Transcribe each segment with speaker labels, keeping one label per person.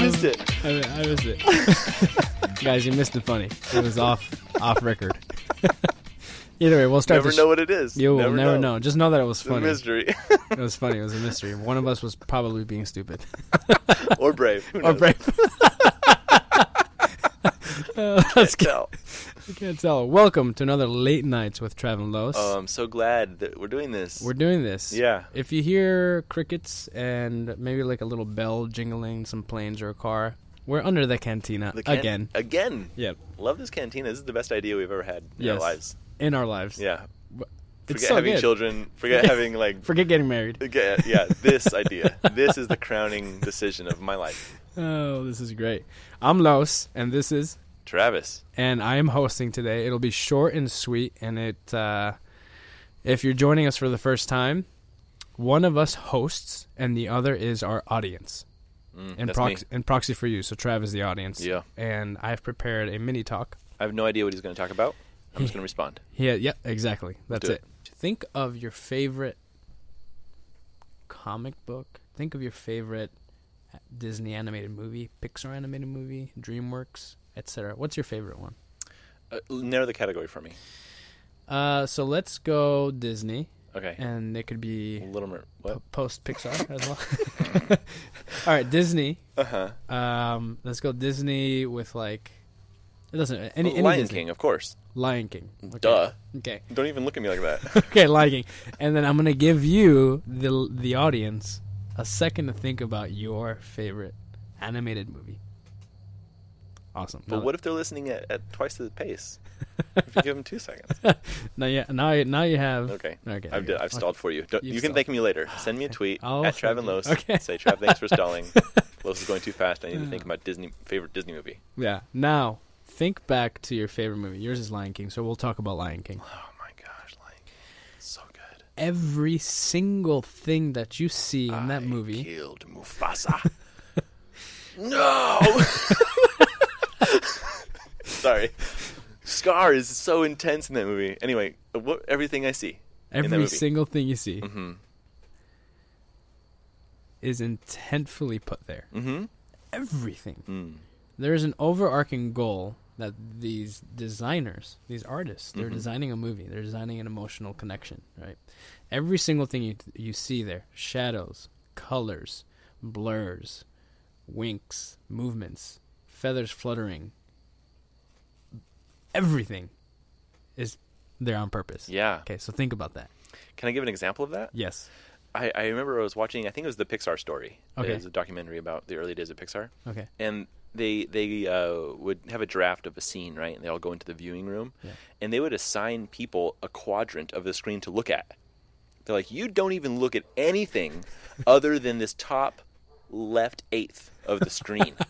Speaker 1: I, mi- I missed it. Guys, you missed the funny. It was off off record. Either way, we'll start.
Speaker 2: never
Speaker 1: the
Speaker 2: know what it is.
Speaker 1: you will never, know.
Speaker 2: know.
Speaker 1: Just know that it was
Speaker 2: It's a
Speaker 1: funny.
Speaker 2: mystery
Speaker 1: It was funny. It was a mystery. One of us was probably being stupid
Speaker 2: or brave. Who
Speaker 1: or
Speaker 2: knows?
Speaker 1: brave. uh, let's
Speaker 2: Can't
Speaker 1: get,
Speaker 2: tell.
Speaker 1: I can't tell. Welcome to another late nights with Trav and Los.
Speaker 2: Oh, I'm so glad that we're doing this.
Speaker 1: We're doing this.
Speaker 2: yeah.
Speaker 1: If you hear crickets and maybe like a little bell jingling, some planes or a car, we're under the cantina
Speaker 2: The can-
Speaker 1: again.
Speaker 2: Again.
Speaker 1: Yep.
Speaker 2: Love this cantina. This is the best idea we've ever had in
Speaker 1: Yes.
Speaker 2: our lives.
Speaker 1: In our lives.
Speaker 2: Yeah.
Speaker 1: It's
Speaker 2: Forget
Speaker 1: so
Speaker 2: having
Speaker 1: good.
Speaker 2: children. Forget having like.
Speaker 1: Forget getting married.
Speaker 2: Yeah, yeah, this idea. This is the crowning decision of my life.
Speaker 1: Oh, this is great. I'm Los, and this is,
Speaker 2: Travis.
Speaker 1: and I am hosting today. It'll be short and sweet, and it, uh, if you're joining us for the first time, one of us hosts, and the other is our audience.
Speaker 2: Mm,
Speaker 1: And,
Speaker 2: that's
Speaker 1: prox-
Speaker 2: me.
Speaker 1: and proxy for you. So Trav is the audience.
Speaker 2: Yeah.
Speaker 1: And I've prepared a mini talk.
Speaker 2: I have no idea what he's going to talk about. I'm just going to respond.
Speaker 1: Yeah, yep, exactly. That's
Speaker 2: do
Speaker 1: it. Think of your favorite comic book. Think of your favorite Disney animated movie, Pixar animated movie, DreamWorks, etc. What's your favorite one?
Speaker 2: Uh, narrow the category for me.
Speaker 1: Uh, so let's go Disney,
Speaker 2: Okay.
Speaker 1: and it could be
Speaker 2: Little Mer. What?
Speaker 1: post Pixar as well. All right, Disney.
Speaker 2: Uh huh.
Speaker 1: Um, let's go Disney with like it doesn't any, any
Speaker 2: Oh, Lion
Speaker 1: Disney.
Speaker 2: King, of course.
Speaker 1: Lion King. Okay.
Speaker 2: Duh.
Speaker 1: Okay.
Speaker 2: Don't even look at me like that.
Speaker 1: okay, liking. And then I'm gonna give you the the audience a second to think about your favorite animated movie. Awesome.
Speaker 2: But
Speaker 1: Now-
Speaker 2: what if they're listening at, at twice the pace? if you give them two seconds.
Speaker 1: Now you now you, now you have
Speaker 2: Okay.
Speaker 1: okay.
Speaker 2: I've,
Speaker 1: there you go.
Speaker 2: did, I've stalled for you. Don't-
Speaker 1: You've
Speaker 2: you can
Speaker 1: stalled.
Speaker 2: thank me later. Send me a tweet
Speaker 1: I'll
Speaker 2: at Trav
Speaker 1: thank
Speaker 2: and
Speaker 1: you.
Speaker 2: Los.
Speaker 1: Okay.
Speaker 2: Say, Trav, thanks for stalling. Los is going too fast. I need to think about Disney favorite Disney movie.
Speaker 1: Yeah. Now think back to your favorite movie. Yours is Lion King, so we'll talk about Lion King.
Speaker 2: Oh my gosh, like so good.
Speaker 1: Every single thing that you see in that movie.
Speaker 2: killed Mufasa. no. Sorry. Scar is so intense in that movie. Anyway, what, everything I see. in that
Speaker 1: Every
Speaker 2: movie.
Speaker 1: single thing you see
Speaker 2: Mm-hmm.
Speaker 1: is intentfully put there.
Speaker 2: Mm-hmm.
Speaker 1: Everything.
Speaker 2: Mm.
Speaker 1: there is an overarching goal that these designers, these artists, they're
Speaker 2: Mhm.
Speaker 1: designing a movie. They're designing an emotional connection, right? Every single thing you you see there, shadows, colors, blurs, winks, movements, feathers fluttering, everything is there on purpose.
Speaker 2: Yeah.
Speaker 1: Okay, so think about that.
Speaker 2: Can I give an example of that?
Speaker 1: Yes.
Speaker 2: I, I remember I was watching. I think it was the Pixar story.
Speaker 1: Okay.
Speaker 2: It was a documentary about the early days of Pixar,
Speaker 1: Okay.
Speaker 2: and they they uh, would have a draft of a scene, right? And they all go into the viewing room,
Speaker 1: Yeah.
Speaker 2: and they would assign people a quadrant of the screen to look at. They're like, you don't even look at anything other than this top left eighth of the screen.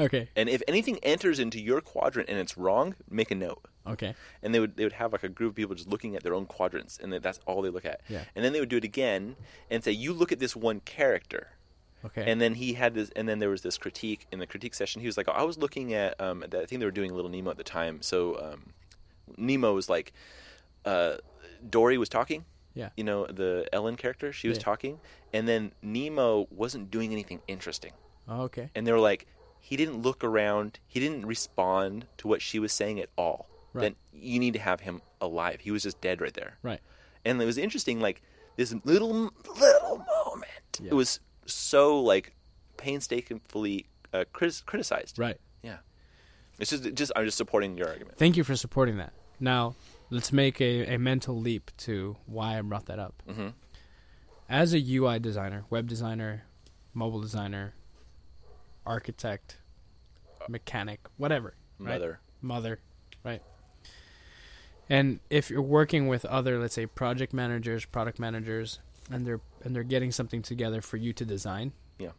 Speaker 1: Okay.
Speaker 2: and if anything enters into your quadrant and it's wrong, make a note.
Speaker 1: Okay.
Speaker 2: and they would they would have like a group of people just looking at their own quadrants, and that- that's all they look at.
Speaker 1: Yeah.
Speaker 2: And then they would do it again and say, "You look at this one character."
Speaker 1: Okay.
Speaker 2: And then he had this, and then there was this critique in the critique session. He was like, "I was looking at, um, at that- I think they were doing Little Nemo at the time. So um, Nemo was like, uh, Dory was talking."
Speaker 1: yeah.
Speaker 2: You know the Ellen character, she was
Speaker 1: Yeah.
Speaker 2: talking, and then Nemo wasn't doing anything interesting
Speaker 1: Okay.
Speaker 2: and they were like, he didn't look around, he didn't respond to what she was saying at all.
Speaker 1: Right.
Speaker 2: Then you need to have him alive. He was just dead right there.
Speaker 1: Right.
Speaker 2: And it was interesting, like this little little moment.
Speaker 1: Yeah.
Speaker 2: It was so like painstakingly uh, critic- criticized.
Speaker 1: Right.
Speaker 2: Yeah. It's just, just I'm just supporting your argument.
Speaker 1: Thank you for supporting that. Now, let's make a, a mental leap to why I brought that up.
Speaker 2: Mm-hmm.
Speaker 1: As a UI designer, web designer, mobile designer, architect, mechanic, whatever, right?
Speaker 2: Mother.
Speaker 1: mother, right? And if you're working with other, let's say, project managers, product managers, and they're and they're getting something together for you to design,
Speaker 2: Yeah.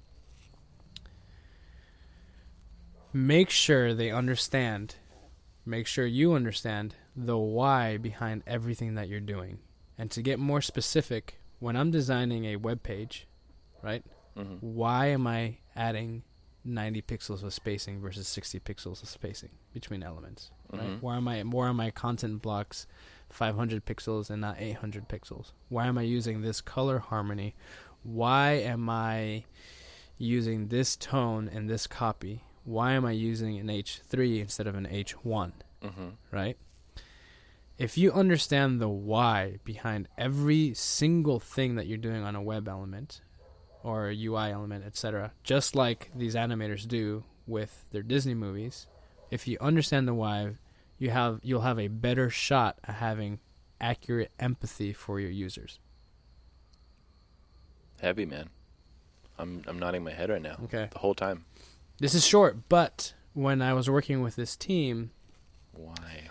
Speaker 1: make sure they understand, make sure you understand the why behind everything that you're doing. And to get more specific, when I'm designing a web page, right?
Speaker 2: Mhm.
Speaker 1: Why am I adding 90 pixels of spacing versus 60 pixels of spacing between elements? Right?
Speaker 2: Mhm.
Speaker 1: Why am I why are my content blocks 500 pixels and not 800 pixels? Why am I using this color harmony? Why am I using this tone and this copy? Why am I using an H3 instead of an H1?
Speaker 2: Mm-hmm.
Speaker 1: right? If you understand the why behind every single thing that you're doing on a web element or a UI element, etc., just like these animators do with their Disney movies, if you understand the why, you have you'll have a better shot at having accurate empathy for your users.
Speaker 2: Heavy man. I'm I'm nodding my head right now.
Speaker 1: Okay.
Speaker 2: The whole time.
Speaker 1: This is short, but when I was working with this team,
Speaker 2: Why?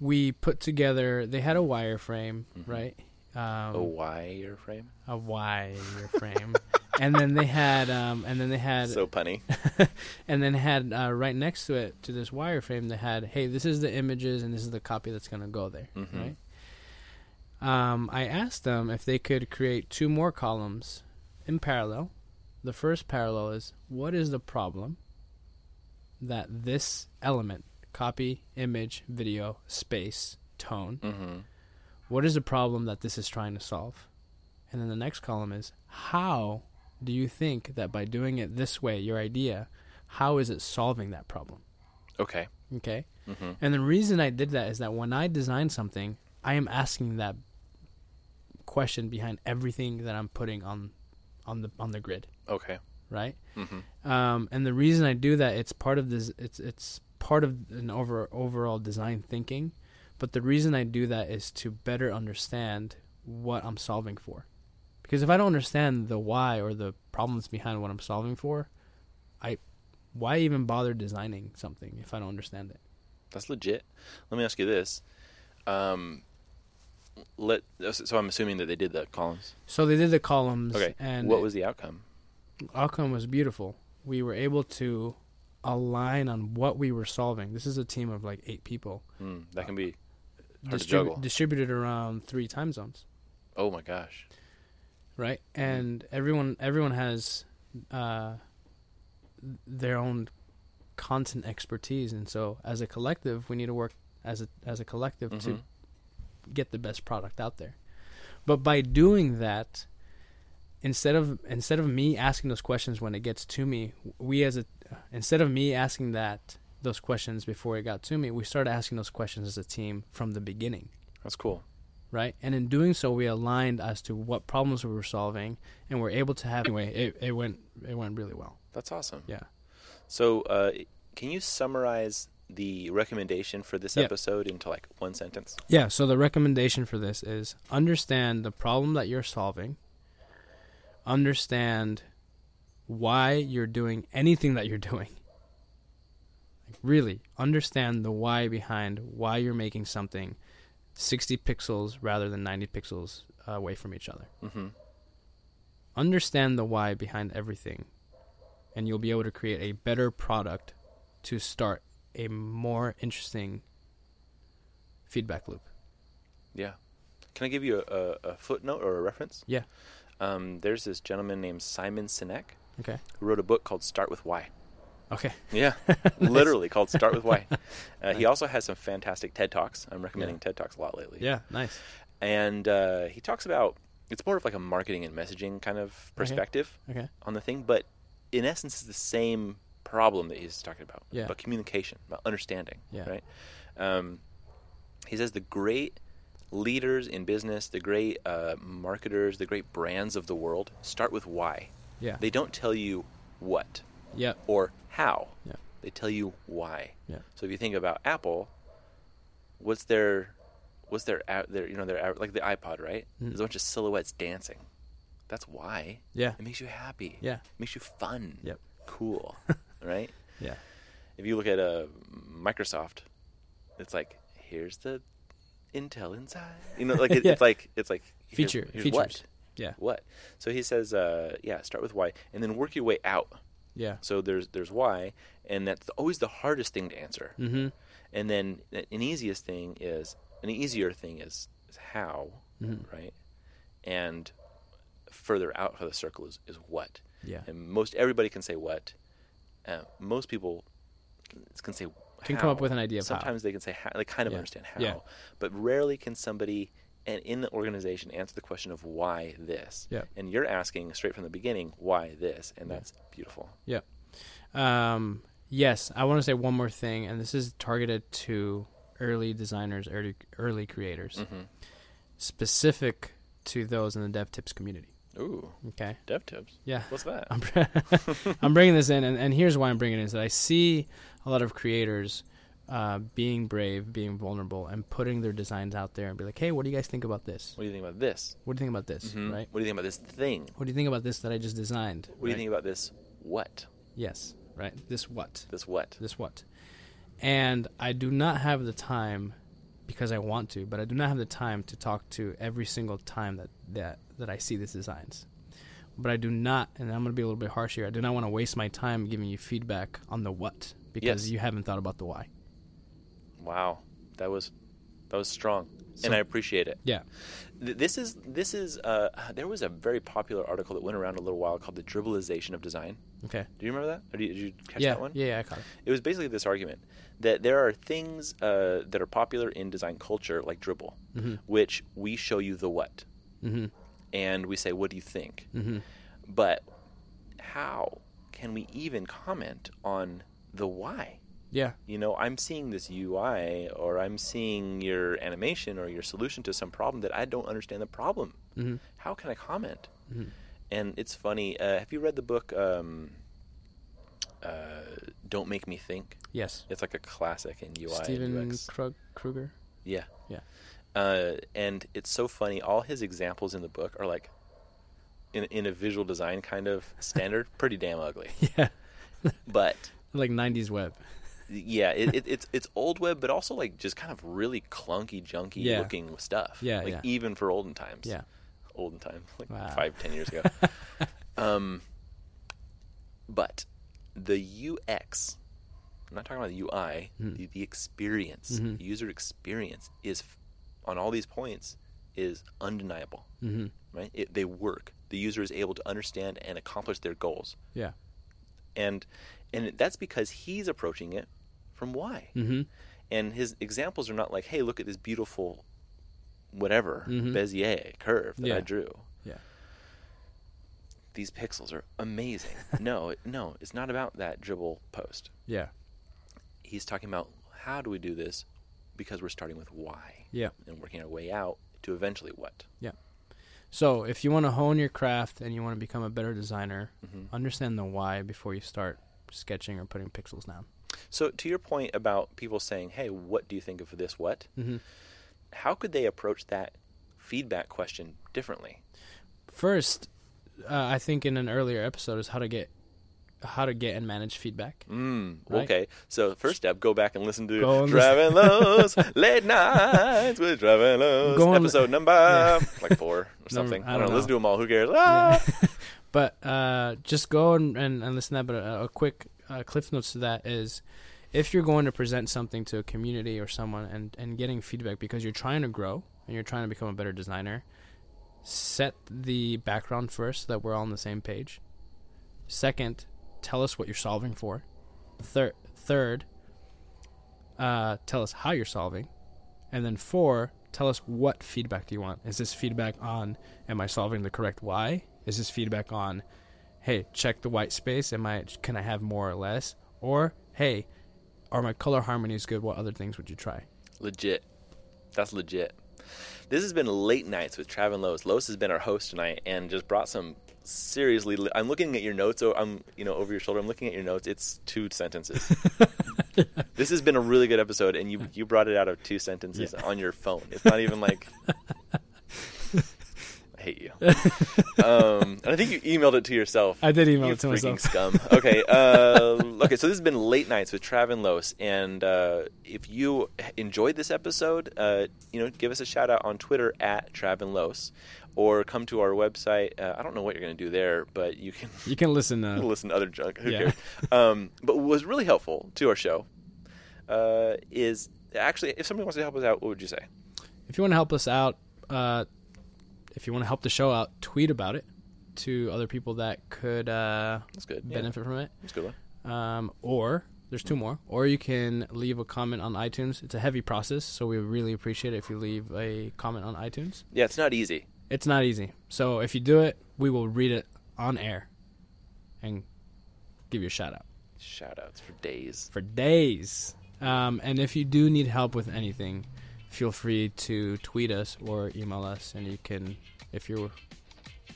Speaker 1: we put together they had a wireframe,
Speaker 2: Mhm.
Speaker 1: right?
Speaker 2: A
Speaker 1: Um,
Speaker 2: Oh. why airframe?
Speaker 1: a Y frame, and then they had, um, and then they had,
Speaker 2: So punny.
Speaker 1: and then had uh, right next to it to this wireframe. They had, hey, this is the images, and this is the copy that's going to go there,
Speaker 2: Mhm.
Speaker 1: right? Um, I asked them if they could create two more columns in parallel. The first parallel is what is the problem that this element, copy, image, video, space, tone,
Speaker 2: Mm-hmm.
Speaker 1: what is the problem that this is trying to solve? And then the next column is how do you think that by doing it this way, your idea, how is it solving that problem?
Speaker 2: Okay.
Speaker 1: Okay?
Speaker 2: Mm-hmm.
Speaker 1: And the reason I did that is that when I design something, I am asking that question behind everything that I'm putting on on the on the grid,
Speaker 2: Okay.
Speaker 1: right?
Speaker 2: Mm-hmm.
Speaker 1: Um, and the reason I do that, it's part of this. It's it's part of an over overall design thinking, but the reason I do that is to better understand what I'm solving for. Because if I don't understand the why or the problems behind what I'm solving for, I why even bother designing something if I don't understand it?
Speaker 2: That's legit. Let me ask you this. Um, let so I'm assuming that they did the columns.
Speaker 1: So they did the columns.
Speaker 2: Okay.
Speaker 1: And
Speaker 2: what
Speaker 1: it-
Speaker 2: was the outcome?
Speaker 1: outcome was beautiful. We were able to align on what we were solving. This is a team of like eight people,
Speaker 2: Mm, that can be. Hard to
Speaker 1: distribu-
Speaker 2: juggle.
Speaker 1: distributed around three time zones. Uh,
Speaker 2: Oh my gosh.
Speaker 1: right?
Speaker 2: Mm-hmm.
Speaker 1: And everyone everyone has uh, their own content expertise, and so as a collective, we need to work as a as a collective to
Speaker 2: Mhm.
Speaker 1: get the best product out there. But by doing that, instead of instead of me asking those questions when it gets to me, we as a instead of me asking that those questions before it got to me, we started asking those questions as a team from the beginning
Speaker 2: That's cool.
Speaker 1: right? And in doing so, we aligned as to what problems we were solving, and were able to have. Anyway, it, it went it went really well.
Speaker 2: That's awesome.
Speaker 1: Yeah.
Speaker 2: So, uh, can you summarize the recommendation for this
Speaker 1: Yeah.
Speaker 2: episode into like one sentence?
Speaker 1: Yeah. So the recommendation for this is understand the problem that you're solving. Understand why you're doing anything that you're doing. Like, really understand the why behind why you're making something 60 pixels rather than 90 pixels away from each other.
Speaker 2: Mm-hmm.
Speaker 1: understand the why behind everything and you'll be able to create a better product to start a more interesting feedback loop
Speaker 2: Yeah. Can I give you a, a, a footnote or a reference?
Speaker 1: Yeah.
Speaker 2: Um, there's this gentleman named Simon Sinek
Speaker 1: okay
Speaker 2: who wrote a book called Start with Why.
Speaker 1: okay
Speaker 2: Yeah, literally called Start with Why. Uh, he also has some fantastic TED Talks. I'm recommending TED Talks a lot lately.
Speaker 1: yeah nice
Speaker 2: And uh, he talks about it's more of like a marketing and messaging kind of perspective
Speaker 1: okay
Speaker 2: on the thing, but in essence, it's the same problem that he's talking about.
Speaker 1: Yeah.
Speaker 2: About communication, about understanding.
Speaker 1: Yeah.
Speaker 2: Right. Um, he says the great leaders in business, the great uh, marketers, the great brands of the world start with why.
Speaker 1: yeah
Speaker 2: They don't tell you what
Speaker 1: yep
Speaker 2: or how.
Speaker 1: Yeah.
Speaker 2: They tell you why.
Speaker 1: Yeah.
Speaker 2: So if you think about Apple, what's their what's their a- their you know their a- like the iPod right?
Speaker 1: Mm.
Speaker 2: There's a bunch of silhouettes dancing. That's why.
Speaker 1: yeah
Speaker 2: It makes you happy.
Speaker 1: yeah
Speaker 2: It makes you fun.
Speaker 1: Yep.
Speaker 2: Cool. right?
Speaker 1: yeah
Speaker 2: If you look at uh, Microsoft, it's like here's the Intel inside. You know, like it,
Speaker 1: Yeah.
Speaker 2: it's like it's like here's-
Speaker 1: Feature-
Speaker 2: here's
Speaker 1: features.
Speaker 2: What?
Speaker 1: Yeah.
Speaker 2: What? So he says, uh, yeah, start with why, and then work your way out.
Speaker 1: yeah
Speaker 2: So there's there's why, and that's always the hardest thing to answer.
Speaker 1: mm-hmm
Speaker 2: And then an easiest thing is an easier thing is, is how,
Speaker 1: Mhm.
Speaker 2: right? And further out for the circle is, is what.
Speaker 1: yeah
Speaker 2: And most everybody can say what. Uh, most people can say
Speaker 1: Can
Speaker 2: how.
Speaker 1: come up with an idea of how.
Speaker 2: Sometimes they can say how, they kind of
Speaker 1: Yeah.
Speaker 2: understand how,
Speaker 1: Yeah.
Speaker 2: but rarely can somebody and in the organization answer the question of why this.
Speaker 1: Yeah.
Speaker 2: And you're asking straight from the beginning why this, and that's beautiful.
Speaker 1: Um, yes, I want to say one more thing, and this is targeted to early designers, early, early creators, specific to those in the dev tips community.
Speaker 2: Ooh,
Speaker 1: Okay.
Speaker 2: dev tips.
Speaker 1: Yeah.
Speaker 2: What's that?
Speaker 1: I'm, br- I'm bringing this in, and, and here's why I'm bringing it in is that I see a lot of creators uh, being brave, being vulnerable, and putting their designs out there and be like, hey, what do you guys think about this?
Speaker 2: What do you think about this?
Speaker 1: What do you think about this?
Speaker 2: Hmm?
Speaker 1: Right?
Speaker 2: What do you think about this thing?
Speaker 1: What do you think about this that I just designed?
Speaker 2: What do you think about this what?
Speaker 1: Yes. Right? This what?
Speaker 2: This what?
Speaker 1: This what? And I do not have the time because I want to, but I do not have the time to talk to every single time that that, that I see these designs. But I do not, and I'm going to be a little bit harsh here. I do not want to waste my time giving you feedback on the what because
Speaker 2: Yes.
Speaker 1: you haven't thought about the why.
Speaker 2: Wow, that was that was strong,
Speaker 1: So-
Speaker 2: and I appreciate it.
Speaker 1: Yeah.
Speaker 2: Th- This is this is uh, there was a very popular article that went around a little while called "The Dribblization of Design."
Speaker 1: Okay.
Speaker 2: Do you remember that? Or did you catch
Speaker 1: yeah.
Speaker 2: that one?
Speaker 1: Yeah, yeah, I caught it.
Speaker 2: It was basically this argument that there are things uh, that are popular in design culture, like dribble, which we show you the what, and we say, "What do you think?" But how can we even comment on the why?
Speaker 1: Yeah.
Speaker 2: you know, I'm seeing this UI or I'm seeing your animation or your solution to some problem that I don't understand the problem.
Speaker 1: Mm-hmm.
Speaker 2: How can I comment? And it's funny. Uh, have you read the book um, uh, "Don't Make Me Think"?
Speaker 1: Yes.
Speaker 2: It's like a classic in UI and
Speaker 1: Steven
Speaker 2: UX.
Speaker 1: Krug- Kruger.
Speaker 2: Yeah,
Speaker 1: Yeah.
Speaker 2: uh, and it's so funny. All his examples in the book are like, in in a visual design kind of standard, pretty damn ugly.
Speaker 1: Yeah.
Speaker 2: But
Speaker 1: like 90s web.
Speaker 2: yeah, it, it, it's it's old web, but also like just kind of really clunky, junky
Speaker 1: Yeah.
Speaker 2: looking stuff.
Speaker 1: Yeah,
Speaker 2: like
Speaker 1: yeah.
Speaker 2: even for olden times.
Speaker 1: Yeah.
Speaker 2: olden time, like
Speaker 1: Wow.
Speaker 2: five, ten years ago. um, but the UX, I'm not talking about the UI,
Speaker 1: Hmm.
Speaker 2: the, the experience,
Speaker 1: Mm-hmm.
Speaker 2: the user experience is f- on all these points is undeniable. Mm-hmm. Right, it, they work. The user is able to understand and accomplish their goals
Speaker 1: Yeah.
Speaker 2: and and that's because he's approaching it from why mm-hmm. and his examples are not like hey look at this beautiful whatever bezier curve that
Speaker 1: Yeah.
Speaker 2: i drew
Speaker 1: Yeah.
Speaker 2: these pixels are amazing no it- no it's not about that dribble post
Speaker 1: Yeah.
Speaker 2: he's talking about how do we do this because we're starting with why
Speaker 1: Yeah.
Speaker 2: and working our way out to eventually what
Speaker 1: So, if you want to hone your craft and you want to become a better designer, understand the why before you start sketching or putting pixels down.
Speaker 2: So to your point about people saying, "Hey, what do you think of this? What?" How could they approach that feedback question differently?
Speaker 1: First, uh, I think in an earlier episode is how to get how to get and manage feedback.
Speaker 2: Mm,
Speaker 1: Right.
Speaker 2: Okay, so first step, go back and listen to
Speaker 1: Go and
Speaker 2: Driving Lows Late Nights with Driving Lows
Speaker 1: Go and-
Speaker 2: episode number like four or something.
Speaker 1: I
Speaker 2: I don't,
Speaker 1: don't
Speaker 2: know. Listen
Speaker 1: know.
Speaker 2: to them all. Who cares? Ah!
Speaker 1: But uh, just go and, and, and listen to that. But a, a quick uh, cliff notes to that is if you're going to present something to a community or someone and, and getting feedback because you're trying to grow and you're trying to become a better designer, set the background first so that we're all on the same page. Second, tell us what you're solving for. Third, third uh, tell us how you're solving. And then four, tell us what feedback do you want? Is this feedback on am I solving the correct why? Is this feedback on hey, check the white space, am I can I have more or less? Or hey, are my color harmonies good? What other things would you try?
Speaker 2: Legit. That's legit. This has been Late Nights with Trav and Lois. Lois has been our host tonight and just brought some seriously. Li- I'm looking at your notes. Oh, I'm you know over your shoulder. I'm looking at your notes. It's two sentences. this has been a really good episode, and you you brought it out of two sentences on your phone. It's not even like. I hate you. Um, and I think you emailed it to yourself.
Speaker 1: I did email
Speaker 2: You
Speaker 1: it to
Speaker 2: freaking
Speaker 1: myself.
Speaker 2: scum. Okay. Uh, okay. So this has been late nights with Trav and Los, and uh, if you enjoyed this episode, uh, you know, give us a shout out on Twitter at Trav and Los, or come to our website. Uh, I don't know what you're going to do there, but you can
Speaker 1: You can listen uh,
Speaker 2: listen to other junk. Who
Speaker 1: Yeah.
Speaker 2: cares? Um, but what was really helpful to our show uh, is actually if somebody wants to help us out, what would you say?
Speaker 1: if you want to help us out, uh, if you want to help the show out, tweet about it to other people that could uh,
Speaker 2: That's good. Yeah,
Speaker 1: benefit from it.
Speaker 2: that's a good one.
Speaker 1: Um, or There's two more. Or you can leave a comment on iTunes. It's a heavy process, so we really appreciate it if you leave a comment on iTunes.
Speaker 2: Yeah, it's not easy.
Speaker 1: It's not easy. So if you do it, we will read it on air and give you a shout out
Speaker 2: Shout outs for days.
Speaker 1: for days. Um, and if you do need help with anything, feel free to tweet us or email us, and you can, if you're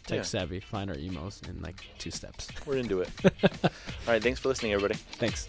Speaker 1: tech
Speaker 2: Yeah.
Speaker 1: savvy, find our emails in like two steps.
Speaker 2: We're into it. All right, thanks for listening, everybody.
Speaker 1: Thanks.